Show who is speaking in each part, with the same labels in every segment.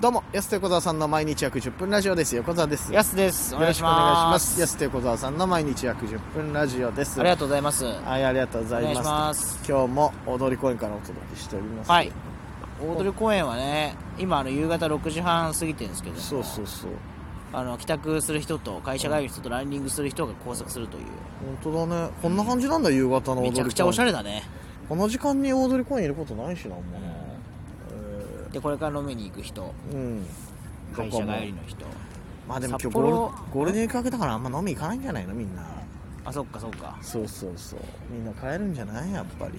Speaker 1: どうも、安手小沢さんの毎日約10分ラジオです。横澤です。
Speaker 2: やすです。お
Speaker 1: よ
Speaker 2: 願
Speaker 1: ろ
Speaker 2: い
Speaker 1: し
Speaker 2: し
Speaker 1: くお願いし
Speaker 2: ま。
Speaker 1: ますす。安手小沢さんの毎日約10分ラジオです。
Speaker 2: ありがとうございます。お
Speaker 1: はい、ありがとうござい
Speaker 2: 願い
Speaker 1: ま
Speaker 2: し
Speaker 1: す。
Speaker 2: ます。
Speaker 1: 今日も大通公園からお届けしております。
Speaker 2: はい。大鳥公園はね、今あの夕方6時半過ぎてるんですけど、
Speaker 1: そうそうそう。
Speaker 2: あの帰宅する人と会社帰りの人とランニングする人が交錯するという、
Speaker 1: 本当だね。こんな感じなんだ、夕方の大通公園。
Speaker 2: めちゃくちゃおしゃれだね。
Speaker 1: この時間に大通公園いることないしな、もうね。
Speaker 2: でこれから飲みに行く人、
Speaker 1: うん。
Speaker 2: 会社帰りの人。
Speaker 1: まあでも今
Speaker 2: 札
Speaker 1: 日ゴール
Speaker 2: 幌
Speaker 1: ゴールデンウィーク明けだからあんま飲み行かないんじゃないのみんな
Speaker 2: あ、そっかそっか。
Speaker 1: そうそうそうみんな帰るんじゃないやっぱり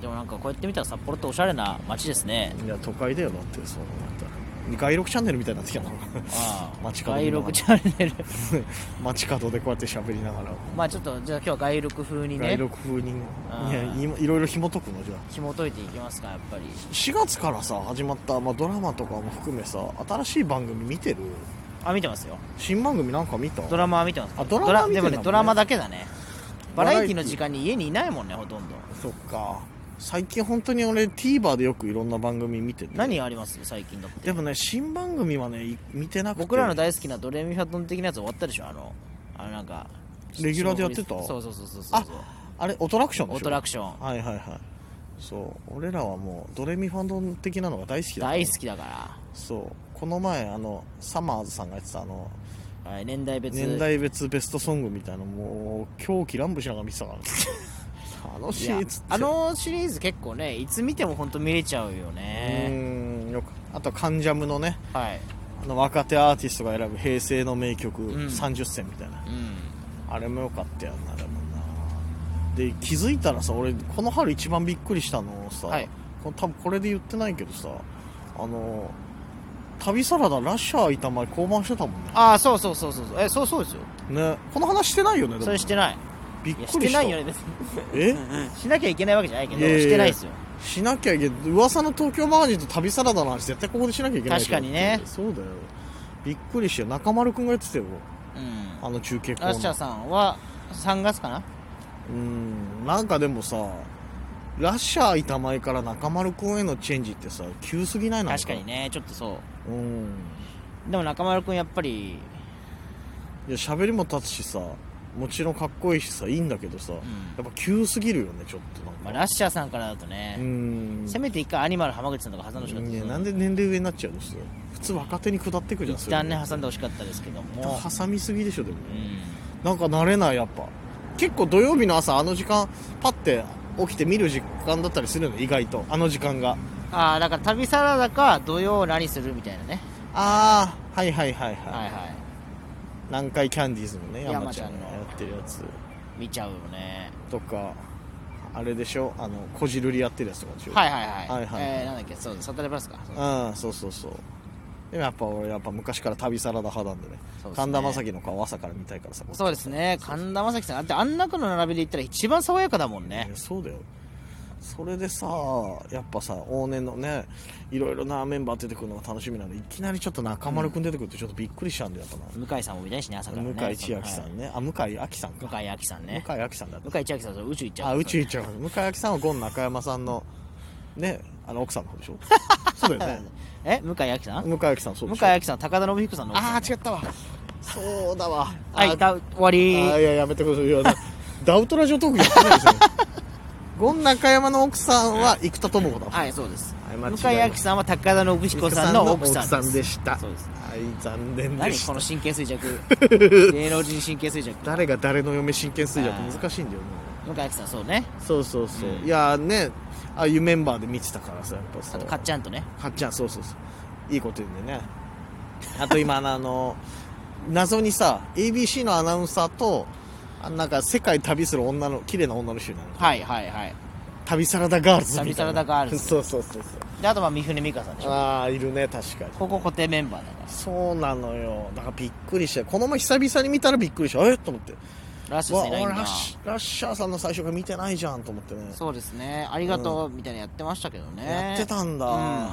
Speaker 2: でもなんかこうやって見たら札幌っておしゃれな街ですね。
Speaker 1: いや都会だよだってそうなったら外録チャンネルみたいになってきたな
Speaker 2: ああ、
Speaker 1: 街角
Speaker 2: 外
Speaker 1: に
Speaker 2: 録チャンネル。
Speaker 1: 街角でこうやって喋りながら
Speaker 2: まあちょっと、じゃあ今日は外録風に
Speaker 1: 外
Speaker 2: ね、
Speaker 1: 録風にね
Speaker 2: あー
Speaker 1: いやいいろいろ紐解くのじゃあ
Speaker 2: 紐解いていきますか、やっぱり。
Speaker 1: 4月からさ始まった、まあ、ドラマとかも含めさ新しい番組見てる
Speaker 2: あ、見てますよ。
Speaker 1: 新番組なんか見た
Speaker 2: ドラマは見てます
Speaker 1: あドラマ見て
Speaker 2: で
Speaker 1: んだ
Speaker 2: も
Speaker 1: もんね
Speaker 2: ねドラマだけだね
Speaker 1: バラ
Speaker 2: バ
Speaker 1: エ
Speaker 2: ラ
Speaker 1: ティ
Speaker 2: エティの時間に家にいないもんねほとんど
Speaker 1: そっか最近本当に俺 TVer でよくいろんな番組見てて
Speaker 2: 何あります最近だって
Speaker 1: でもね新番組はねい見てなくて
Speaker 2: 僕らの大好きなドレミファドン的なやつ終わったでしょあのあのなんか
Speaker 1: レギュラーでやってた
Speaker 2: そうそうそうそうそう
Speaker 1: ああれオトラクションでしょ
Speaker 2: オトラクション
Speaker 1: はいはいはいそう俺らはもうドレミファンドン的なのが大好きだ
Speaker 2: 大好きだか
Speaker 1: そうこの前あのサマーズさんがやってたあの
Speaker 2: らはい年代別
Speaker 1: 年代別ベストソングみたいなのもう狂気乱舞しながら見てたから 楽
Speaker 2: い
Speaker 1: し
Speaker 2: や
Speaker 1: いっつって
Speaker 2: あのシリーズ結構ねいつ見ても本当見れちゃうよ
Speaker 1: う
Speaker 2: ね
Speaker 1: ーんよくあとカンジャムのね
Speaker 2: はい
Speaker 1: あの若手アーティストが選ぶ平成の名曲
Speaker 2: ん
Speaker 1: 30選みたいな、
Speaker 2: うん
Speaker 1: あれも良かったよなでもなで気づいたらさ俺この春一番びっくりしたのさ、
Speaker 2: はい
Speaker 1: この多分これで言ってないけどさあの旅サラダラッシャーいたま交番してたもんね
Speaker 2: ああそうそうそうそうそうえそうそうですよ
Speaker 1: ねこの話してないよねでも
Speaker 2: それしてない
Speaker 1: びっ
Speaker 2: いや
Speaker 1: く
Speaker 2: し
Speaker 1: り
Speaker 2: て
Speaker 1: し
Speaker 2: な
Speaker 1: た
Speaker 2: いよね別 に
Speaker 1: え
Speaker 2: しなきゃいけないわけじゃないけど
Speaker 1: いやいやいや
Speaker 2: してないですよ
Speaker 1: しなきゃいけない噂の東京マガジンと旅サラダの話絶対ここでしなきゃいけない
Speaker 2: 確かにね
Speaker 1: そうだよびっくりして中丸くんがやってたよ
Speaker 2: うん
Speaker 1: あの中継コー
Speaker 2: ラ
Speaker 1: ナ
Speaker 2: ッシャー
Speaker 1: ー
Speaker 2: さんは3月かな
Speaker 1: うんなんかでもさラッシャー板前から中丸くんへのチェンジってさ急すぎないなん
Speaker 2: 確かにねちょっとそ
Speaker 1: うん
Speaker 2: うでも中丸君やっぱり、
Speaker 1: いや喋りも立つしさもちろんかっこいいしさいいんだけどさ、やっぱ急すぎるよねちょっとなんか、
Speaker 2: まあ、ラッシャーさんからだと
Speaker 1: う
Speaker 2: ね、
Speaker 1: ん
Speaker 2: せめて一回アニマル浜口さんとか挟んでほしかった
Speaker 1: い
Speaker 2: で
Speaker 1: や
Speaker 2: す
Speaker 1: なんで年齢上になっちゃうのさ普通若手に下ってくじゃん
Speaker 2: 一旦ね挟んで
Speaker 1: ほ
Speaker 2: ほしかったですけども
Speaker 1: し挟みすぎでしょでも、
Speaker 2: うん
Speaker 1: なんか慣れないやっぱ結構土曜日の朝あの時間パッて起きて見る時間だったりするの意外とあの時間が
Speaker 2: ああだから旅サラダか土曜何するみたいなね
Speaker 1: ああはいはいはいはい、
Speaker 2: はいはい
Speaker 1: 南海キャンディーズのね山
Speaker 2: 山
Speaker 1: ち
Speaker 2: ち
Speaker 1: ゃ
Speaker 2: ゃ
Speaker 1: ん
Speaker 2: ん
Speaker 1: が
Speaker 2: の
Speaker 1: やってるやつ
Speaker 2: 見ちゃうよね
Speaker 1: とかあれでしょあのこじるりやってるやつとかでしょ
Speaker 2: はいはいはい、
Speaker 1: はいはい
Speaker 2: えー、なんだっけそうサタデープラスか
Speaker 1: うんそうそうそうでもやっぱ俺やっぱ昔から旅サラダ派なんでね
Speaker 2: そうですね
Speaker 1: 神田正輝の顔朝から見たいからさ
Speaker 2: そうですね神田正輝さんだってあんな子の並びで言ったら一番爽やかだもんね
Speaker 1: いやそうだよそれでさやっぱさ往年のねいろいろなメンバー出てくるのが楽しみなんでいきなりちょっと中丸君出てくるとちょっとびっくりしたんだよやっぱ
Speaker 2: 向井さんも見たいしね朝から
Speaker 1: な、
Speaker 2: ね
Speaker 1: 向井千秋さ
Speaker 2: はい
Speaker 1: んね、あ向井亜紀さんか
Speaker 2: 向井亜紀さんね
Speaker 1: 向井亜紀さんだった
Speaker 2: 向井千秋さんそれ宇宙行っちゃう
Speaker 1: あ宇宙行っちゃうから向井亜紀さんはゴン中山さんのねあの奥さんの方でし ょそうだよね
Speaker 2: え向井亜紀さん
Speaker 1: 向井亜紀さんそうで
Speaker 2: 向井
Speaker 1: しょ
Speaker 2: 亜紀さん高田信彦さんの
Speaker 1: ああ違ったわそうだわ
Speaker 2: あいた終わ
Speaker 1: あ
Speaker 2: り
Speaker 1: ーいややめてください いやなダウトラジオトークやってないですよゴン中山の奥さんは生田智子だわ
Speaker 2: はいそうです
Speaker 1: はい間違
Speaker 2: 向
Speaker 1: いない
Speaker 2: 井亜紀さんは高田信彦さんの奥さんです
Speaker 1: 奥でした
Speaker 2: そうです
Speaker 1: はい残念で
Speaker 2: 何
Speaker 1: し
Speaker 2: こ
Speaker 1: た
Speaker 2: の神経衰弱芸能人神経衰弱
Speaker 1: 誰が誰の嫁真剣衰
Speaker 2: はい
Speaker 1: 弱難しいんだよね
Speaker 2: 向井亜紀さんそうね
Speaker 1: そうそうそう、
Speaker 2: うん
Speaker 1: いやーねああいうメンバーで見てたからさやっぱさ
Speaker 2: あとかっちゃんとね
Speaker 1: かっちゃんそうそうそういいこと言うんで ねあと今あのあの謎にさ ABC のアナウンサーとあなんか世界旅する女の綺麗な女の人になる
Speaker 2: はいはいはい
Speaker 1: 旅サラダガールズみたいな
Speaker 2: 旅サラダガールズ
Speaker 1: そうそうそう
Speaker 2: であとまあ三船美佳さんでし
Speaker 1: そう
Speaker 2: ょ
Speaker 1: ああいるね確かに
Speaker 2: ここ固定メンバーだから
Speaker 1: そうなのよだからびっくりしてこの前久々に見たらびっくりしたえっと思って
Speaker 2: ラッシュ
Speaker 1: わ
Speaker 2: さんいないん
Speaker 1: 俺ラ
Speaker 2: だ
Speaker 1: ッシラッシャーさんの最初から見てないじゃんと思ってね
Speaker 2: そうですねありがとうみたいなやってましたけどね
Speaker 1: やってたんだ、
Speaker 2: うん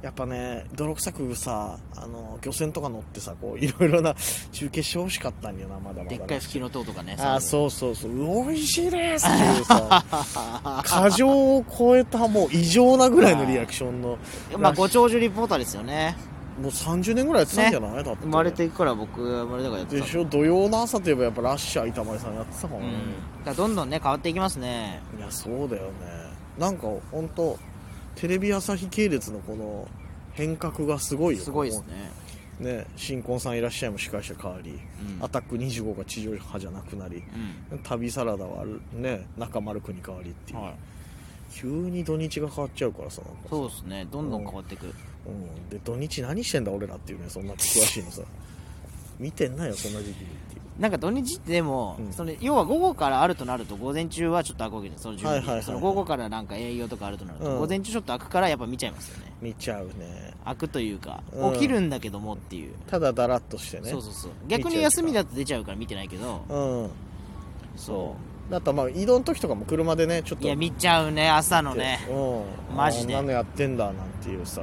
Speaker 1: やっぱね泥臭くさあの漁船とか乗ってさこういろいろな中継してほしかったんだよなまだまだ
Speaker 2: で
Speaker 1: ね、
Speaker 2: っかい吹きの塔とかね
Speaker 1: あー
Speaker 2: う
Speaker 1: そうそうそう美味しいですっていう さ過剰を超えたもう異常なぐらいのリアクションの
Speaker 2: いうのまあご長寿リポーターですよね
Speaker 1: もう30年ぐらいやってたんじゃない、だって
Speaker 2: 生まれてから僕は生まれてからやってた
Speaker 1: でしょ土曜の朝といえばやっぱラッシャー板前さんやってたも
Speaker 2: うんん
Speaker 1: ね、
Speaker 2: だからどんどんね変わっていきますね
Speaker 1: いやそうだよねなんか本当テレビ朝日系列のこの変革がすごいよ
Speaker 2: すごいです
Speaker 1: こ
Speaker 2: ね
Speaker 1: こね新婚さんいらっしゃいも司会者変わり、
Speaker 2: うん
Speaker 1: アタック25が地上波じゃなくなり
Speaker 2: うん
Speaker 1: 旅サラダはね中丸くんに変わりっていう、
Speaker 2: はい
Speaker 1: 急に土日が変わっちゃうからさなんか
Speaker 2: そうですねどんどん変わっていく
Speaker 1: うん、で土日何してんだ俺らっていうねそんな詳しいのさ見てんなよそんな時期にっていう
Speaker 2: なんか土日ってでも、
Speaker 1: うん
Speaker 2: その要は午後からあるとなると午前中はちょっと開くわけじゃんその準備、
Speaker 1: はいはいはいはい
Speaker 2: その午後からなんか営業とかあるとなると、
Speaker 1: うん
Speaker 2: 午前中ちょっと開くからやっぱ見ちゃいますよね
Speaker 1: 見ちゃうね
Speaker 2: 開くというか、
Speaker 1: うん
Speaker 2: 起きるんだけどもっていう、
Speaker 1: ただだらっとしてね
Speaker 2: そうそうそう逆に休みだと出ちゃうから見てないけど
Speaker 1: うん
Speaker 2: そ
Speaker 1: だったらまあ移動の時とかも車でねちょっ
Speaker 2: う
Speaker 1: と
Speaker 2: いや見ちゃうね朝のね
Speaker 1: うん
Speaker 2: マジで
Speaker 1: あー何のやってんだなんていうさ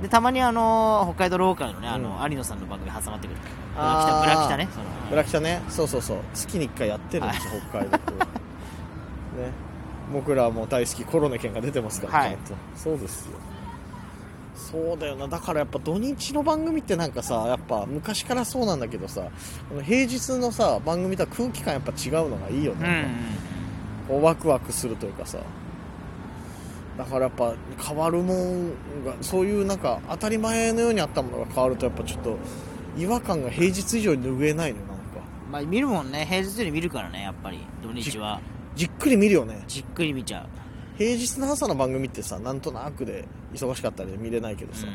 Speaker 2: でたまにあのー北海道ローカルのねあの、
Speaker 1: う
Speaker 2: 有野さんの番組挟まってくるブラキタ
Speaker 1: あー
Speaker 2: ブラキタねその
Speaker 1: ブラキタねそうそうそう月に1回やってるんですよ北 海道とね僕らも大好きコロネ県が出てますから、
Speaker 2: はい
Speaker 1: ちゃんとそうですよそうだよなだからやっぱ土日の番組ってなんかさやっぱ昔からそうなんだけどさこの平日のさ番組とは空気感やっぱ違うのがいいよ
Speaker 2: うん
Speaker 1: ね、こうワクワクするというかさだからやっぱ変わるもんがそういうなんか当たり前のようにあったものが変わるとやっぱちょっと違和感が平日以上に拭えないのよなんか
Speaker 2: うんまあ見るもんね平日より見るからねやっぱり土日は
Speaker 1: じっくり見るよね
Speaker 2: じっくり見ちゃう
Speaker 1: 平日の朝の番組ってさなんとなくで忙しかったりで見れないけどさ、
Speaker 2: う、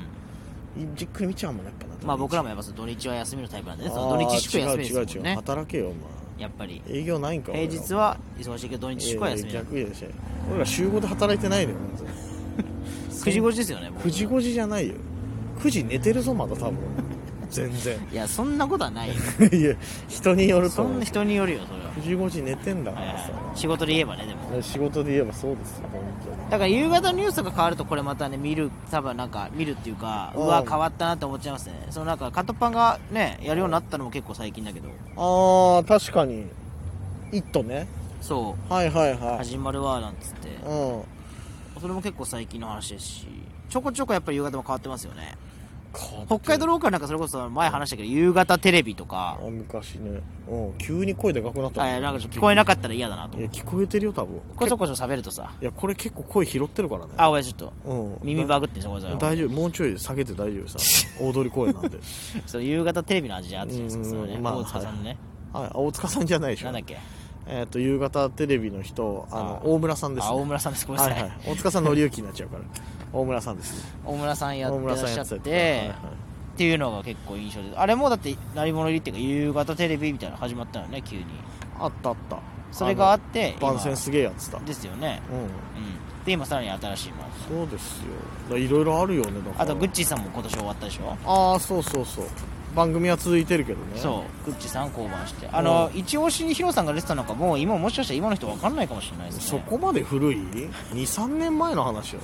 Speaker 1: じっくり見ちゃうもんねやっぱなん
Speaker 2: まあ僕ら
Speaker 1: も
Speaker 2: もやっぱその土日は休みのタイプなんでねその土日祝休みですもんね
Speaker 1: 違う違う違う働けよお前
Speaker 2: やっぱり
Speaker 1: 営業ないんか
Speaker 2: 平日は忙しいけど土日
Speaker 1: 俺ら
Speaker 2: 祝は休み
Speaker 1: い
Speaker 2: な
Speaker 1: や
Speaker 2: の
Speaker 1: 逆でしょ俺ら週5で働いてないのよ本当に
Speaker 2: 9時5時ですよね僕
Speaker 1: 9時5時じゃないよ9時寝てるぞまだ多分全然
Speaker 2: いやそんなことはないよ
Speaker 1: いや人によると
Speaker 2: そん
Speaker 1: 思う
Speaker 2: な人によるよそれは
Speaker 1: 9時5時寝てんだか
Speaker 2: はい
Speaker 1: ら
Speaker 2: はい
Speaker 1: さ、
Speaker 2: はい仕事で言えばねでも
Speaker 1: 仕事で言えばそうですよ本当に
Speaker 2: だから夕方のニュースとか変わるとこれまたね見る多分なんか見るっていうかう
Speaker 1: うん
Speaker 2: わ変わったなって思っちゃいますねそのなんかカトパンがねやるようになったのも結構最近だけど
Speaker 1: あー確かに「イット!」ね
Speaker 2: そ
Speaker 1: はいはいうはい
Speaker 2: 始まるわなんつって
Speaker 1: うん
Speaker 2: それも結構最近の話ですしちょこちょこやっぱり夕方も変わってますよね
Speaker 1: 北
Speaker 2: 北海道ローカルなんかそれこそ前話したけど夕方テレビとか
Speaker 1: あ昔ね、うん、急に声でかくなったも
Speaker 2: あいやなんか聞こえなかったら嫌だなと
Speaker 1: い
Speaker 2: 思
Speaker 1: や
Speaker 2: う
Speaker 1: 聞こえてるよ多分
Speaker 2: こちょこちょ喋るとさ
Speaker 1: いやこれ結構声拾ってるからね
Speaker 2: あおやちょっと
Speaker 1: うん
Speaker 2: 耳バグってんじゃんこれ
Speaker 1: だ大丈夫もうちょい下げて大丈夫さ 大通り公園なんで
Speaker 2: それ夕方テレビの味じゃんあったじゃないですか
Speaker 1: うん
Speaker 2: それね
Speaker 1: まあ
Speaker 2: 大塚さんのね
Speaker 1: はいあ大塚さんじゃないでしょ
Speaker 2: なんだっけ
Speaker 1: えっ、と夕方テレビの人あの
Speaker 2: あ
Speaker 1: 大村さんです、
Speaker 2: あ
Speaker 1: ね、
Speaker 2: 大村さんですごめん
Speaker 1: は
Speaker 2: ないさ
Speaker 1: はいい大塚さんのりゆきになっちゃうから大村さんですね
Speaker 2: 大村さんやっ
Speaker 1: 大
Speaker 2: てら
Speaker 1: 村
Speaker 2: っ
Speaker 1: さん
Speaker 2: し
Speaker 1: や
Speaker 2: ゃ
Speaker 1: っ
Speaker 2: って
Speaker 1: た
Speaker 2: て
Speaker 1: はいはい
Speaker 2: っていうのが結構印象であれもだって何者入りっていうか夕方テレビみたいなの始まったよね急に
Speaker 1: あったあった
Speaker 2: それがあっ
Speaker 1: の
Speaker 2: て今
Speaker 1: 番宣すげえやってたうん
Speaker 2: ですよねうんで今さらに新しいもの
Speaker 1: そうですよだからいろいろあるよねだから
Speaker 2: あとグッチーさんも今年終わったでしょ
Speaker 1: ああそうそうそう番組は続いてるけどね
Speaker 2: そうグッチさん降板してあの一押しにヒロさんが出てたのかもう今もしかしたら今の人分かんないかもしれないです
Speaker 1: そ
Speaker 2: ね
Speaker 1: こまで古い23年前の話よ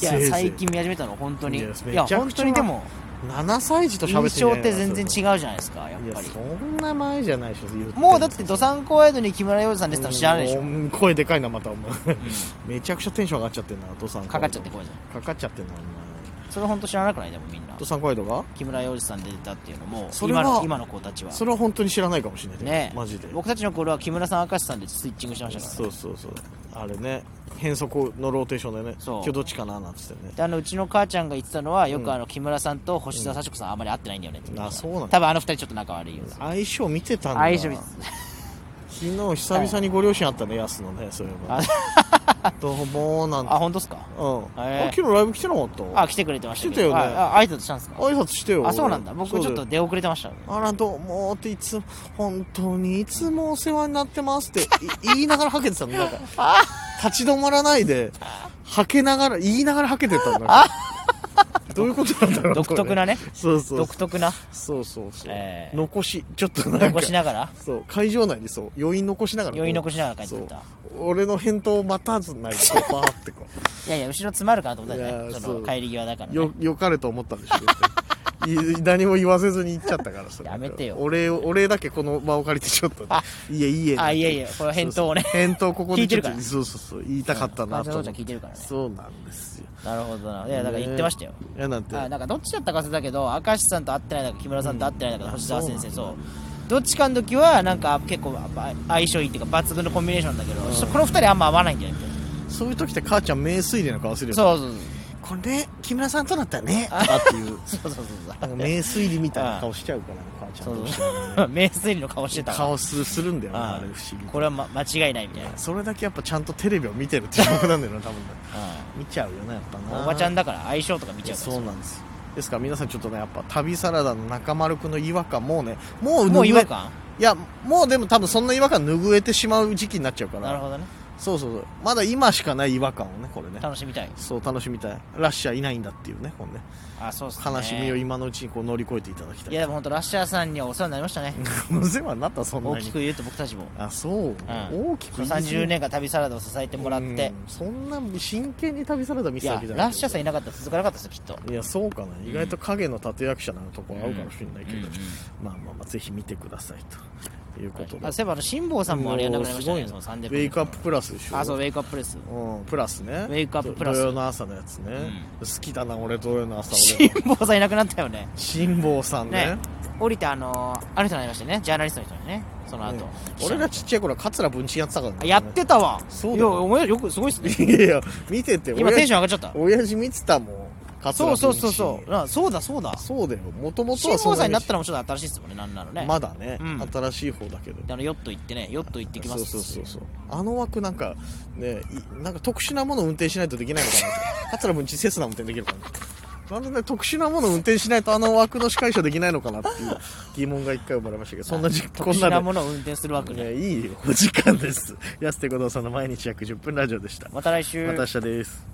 Speaker 2: いや最近見始めたの本当に
Speaker 1: いや
Speaker 2: い
Speaker 1: めち
Speaker 2: や
Speaker 1: ゃくちゃ
Speaker 2: 本当にでも
Speaker 1: 7歳児と喋って
Speaker 2: 印象って全然違う
Speaker 1: う
Speaker 2: じゃないですかやっ
Speaker 1: いや
Speaker 2: ぱり
Speaker 1: そんな前じゃないでしょ言て
Speaker 2: もうだってドサンコワイドに木村洋二さん出てたの知らないでしょ
Speaker 1: うん声でかいなまたお前めちゃくちゃテンション上がっちゃってんなお父さん
Speaker 2: かかっちゃってこいじゃん
Speaker 1: かかっちゃってんなお前
Speaker 2: それ本当知らなくないでもみんな
Speaker 1: お父さん声とか
Speaker 2: 木村洋二さん出てたっていうのも
Speaker 1: それは
Speaker 2: 今の今の子たちは
Speaker 1: それは本当に知らないかもしれない
Speaker 2: ねえ
Speaker 1: マジで
Speaker 2: 僕たちの頃は木村さん明石さんでスイッチングしてましたから
Speaker 1: そうそうそうあれね変則のローテーションでね
Speaker 2: そう
Speaker 1: 今日どっちかななんつってね
Speaker 2: であのうちの母ちゃんが言ってたのはよ
Speaker 1: うん
Speaker 2: くあの木村さんと星沢幸子さんあんまり会ってないんだよねって言ってました
Speaker 1: あそうなんだ
Speaker 2: 多分あの二人ちょっと仲悪いよ
Speaker 1: 相性見てたんだ
Speaker 2: 相性見て
Speaker 1: 昨日久々にご両親あったねやすのねそういえばどうもなんて
Speaker 2: あ本当ですか
Speaker 1: うん
Speaker 2: へえ
Speaker 1: あ昨日ライブ来てなかった
Speaker 2: あ来てくれてましたけど
Speaker 1: 来てたよね
Speaker 2: ああ挨拶したんですか
Speaker 1: 挨拶してよ
Speaker 2: あそうなんだ
Speaker 1: 俺
Speaker 2: 僕ちょっ
Speaker 1: そ
Speaker 2: と
Speaker 1: うだよ
Speaker 2: 出遅れてました
Speaker 1: あらどうもっていつも本当にいつもお世話になってます ってい言いながらはけてたのなんか立ち止まらないではけながら言いながらはけてたのなんかどういうことなんだろう
Speaker 2: 独特なね
Speaker 1: これそうそう
Speaker 2: 独特な
Speaker 1: そうそうそう、
Speaker 2: ええ
Speaker 1: 残しちょっとなんか
Speaker 2: 残しながら
Speaker 1: そう会場内にそう余韻残しながら
Speaker 2: 余韻残しながら帰ってった
Speaker 1: そう俺の返答を待たずないでこうバーってこ
Speaker 2: いやいや後ろ詰まるかなと思ったよ
Speaker 1: い
Speaker 2: ね
Speaker 1: や
Speaker 2: その
Speaker 1: そう
Speaker 2: 帰り際だから
Speaker 1: う
Speaker 2: ね
Speaker 1: よよかれと思ったんでしょうい何も言わせずに行っちゃったからさ
Speaker 2: やめてよ
Speaker 1: お礼をお礼だけこの場を借りてちょっといえいえ
Speaker 2: あいえいえこれ返答をね
Speaker 1: そうそう返答ここでちょっと
Speaker 2: 聞いてるから
Speaker 1: そうそうそう言いたかったなと思
Speaker 2: うん感謝のお茶聞いてるからね
Speaker 1: そうなんですよ
Speaker 2: なるほどないやだから言ってましたよ、
Speaker 1: ねいやなんて
Speaker 2: あなんかどっちだったか忘れたけど明石さんと会ってないだか木村さんと会ってないだか、星澤先生
Speaker 1: そ
Speaker 2: そうう
Speaker 1: なん
Speaker 2: どっちかの時はなんか結構あ相性いいっていうか抜群のコンビネーションだけど、ちょっとこの二人あんま合わないんじゃないみたい
Speaker 1: そういう時って母ちゃん名推理の顔する
Speaker 2: な
Speaker 1: よね
Speaker 2: そうそう
Speaker 1: これね木村さんとだったらねとかっていう
Speaker 2: そうそうそう
Speaker 1: な
Speaker 2: そうんそ
Speaker 1: か
Speaker 2: う
Speaker 1: 名推理みたいな顔しちゃうからね母ちゃん
Speaker 2: そう
Speaker 1: として
Speaker 2: そう 名推理の顔してたわ
Speaker 1: 顔すするんだよねあれ不思議
Speaker 2: これは、ま、間違いないみたいな、
Speaker 1: それだけやっぱちゃんとテレビを見てるって僕なんだよな多分ね見ちゃうよねやっぱ
Speaker 2: うん
Speaker 1: な
Speaker 2: おばちゃんだから相性とか見ちゃうから
Speaker 1: そうなんですよですから皆さんちょっとねやっぱ旅サラダの中丸くんの違和感もうねもう
Speaker 2: もう違和
Speaker 1: 拭
Speaker 2: 感
Speaker 1: えいやもうでも多分そんな違和感拭えてしまう時期になっちゃうから
Speaker 2: なるほどね
Speaker 1: そうそうそうまだ今しかない違和感をねこれね
Speaker 2: 楽しみたい
Speaker 1: そう楽しみたいラッシャーいないんだっていうねこのね
Speaker 2: あそうっすね
Speaker 1: 悲しみを
Speaker 2: い
Speaker 1: 今のうちにこう乗り越えていただきたい
Speaker 2: やでも本当ラッシャーさんにはお世話になりましたね
Speaker 1: お世話になったそんな
Speaker 2: 大
Speaker 1: に
Speaker 2: きく言うと僕たちも、
Speaker 1: あそう、
Speaker 2: うん
Speaker 1: 大きく
Speaker 2: そ
Speaker 1: 言い
Speaker 2: の
Speaker 1: 過ぎ
Speaker 2: 30年間旅サラダを支えてもらって
Speaker 1: うんそんな真剣に旅サラダ見
Speaker 2: い
Speaker 1: せたわ
Speaker 2: や
Speaker 1: けじゃない
Speaker 2: ラッシャーさんいなかったら続かなかったですよきっと
Speaker 1: いやそうかな意外と影の立役者なとこ合うかもしれないけど、
Speaker 2: うんうん
Speaker 1: まあまあまあぜひ見てくださいということで、
Speaker 2: あそういえばあの辛坊さんもあれやんなくなりましたねそ
Speaker 1: もう
Speaker 2: の
Speaker 1: すご
Speaker 2: サ
Speaker 1: い
Speaker 2: ン
Speaker 1: ね
Speaker 2: デ
Speaker 1: ウ
Speaker 2: ー
Speaker 1: ェイクアッププラスでしょ
Speaker 2: あそうウェイクアッププレス
Speaker 1: うん、プラスね
Speaker 2: ウェイクアッププラス
Speaker 1: 土曜の朝のやつね、好きだな俺土曜の朝
Speaker 2: 辛
Speaker 1: 俺
Speaker 2: 坊さんいなくなったよね
Speaker 1: 辛坊さんね
Speaker 2: ね降りてあのーあの人になりましたよねジャーナリストの人にねその後、
Speaker 1: ね俺らちっちゃい頃は桂文鎮やってたからね
Speaker 2: あやってたわ
Speaker 1: そうだ
Speaker 2: い
Speaker 1: よ
Speaker 2: やお前よくすごいっすね
Speaker 1: いやいや見てて
Speaker 2: 今テンション上がっちゃった
Speaker 1: 親父見てたもん桂
Speaker 2: そ
Speaker 1: 文
Speaker 2: う
Speaker 1: 鎮
Speaker 2: そうそうそうあそうだそうだ
Speaker 1: そうだよもともと
Speaker 2: 辛
Speaker 1: は
Speaker 2: 坊さんになったたのもちょっと新しいですもんねなんなのね、
Speaker 1: まだね、
Speaker 2: うん
Speaker 1: 新しい方だけど
Speaker 2: あのヨット行ってねヨット行ってきます
Speaker 1: そうそうそうそうあの枠なんかねいなんか特殊なものを運転しないとできない のかな桂文治セスナ運転できるかななんでね特殊なものを運転しないとあの枠の司会者できないのかなっていう疑問が一回生まれましたけどそんな実こ
Speaker 2: 特
Speaker 1: ん
Speaker 2: 殊
Speaker 1: な
Speaker 2: な
Speaker 1: で
Speaker 2: ものを運転するわけね
Speaker 1: ね、いいよお時間です安手小堂さんの毎日約10分ラジオでしたま
Speaker 2: また来週
Speaker 1: た明日です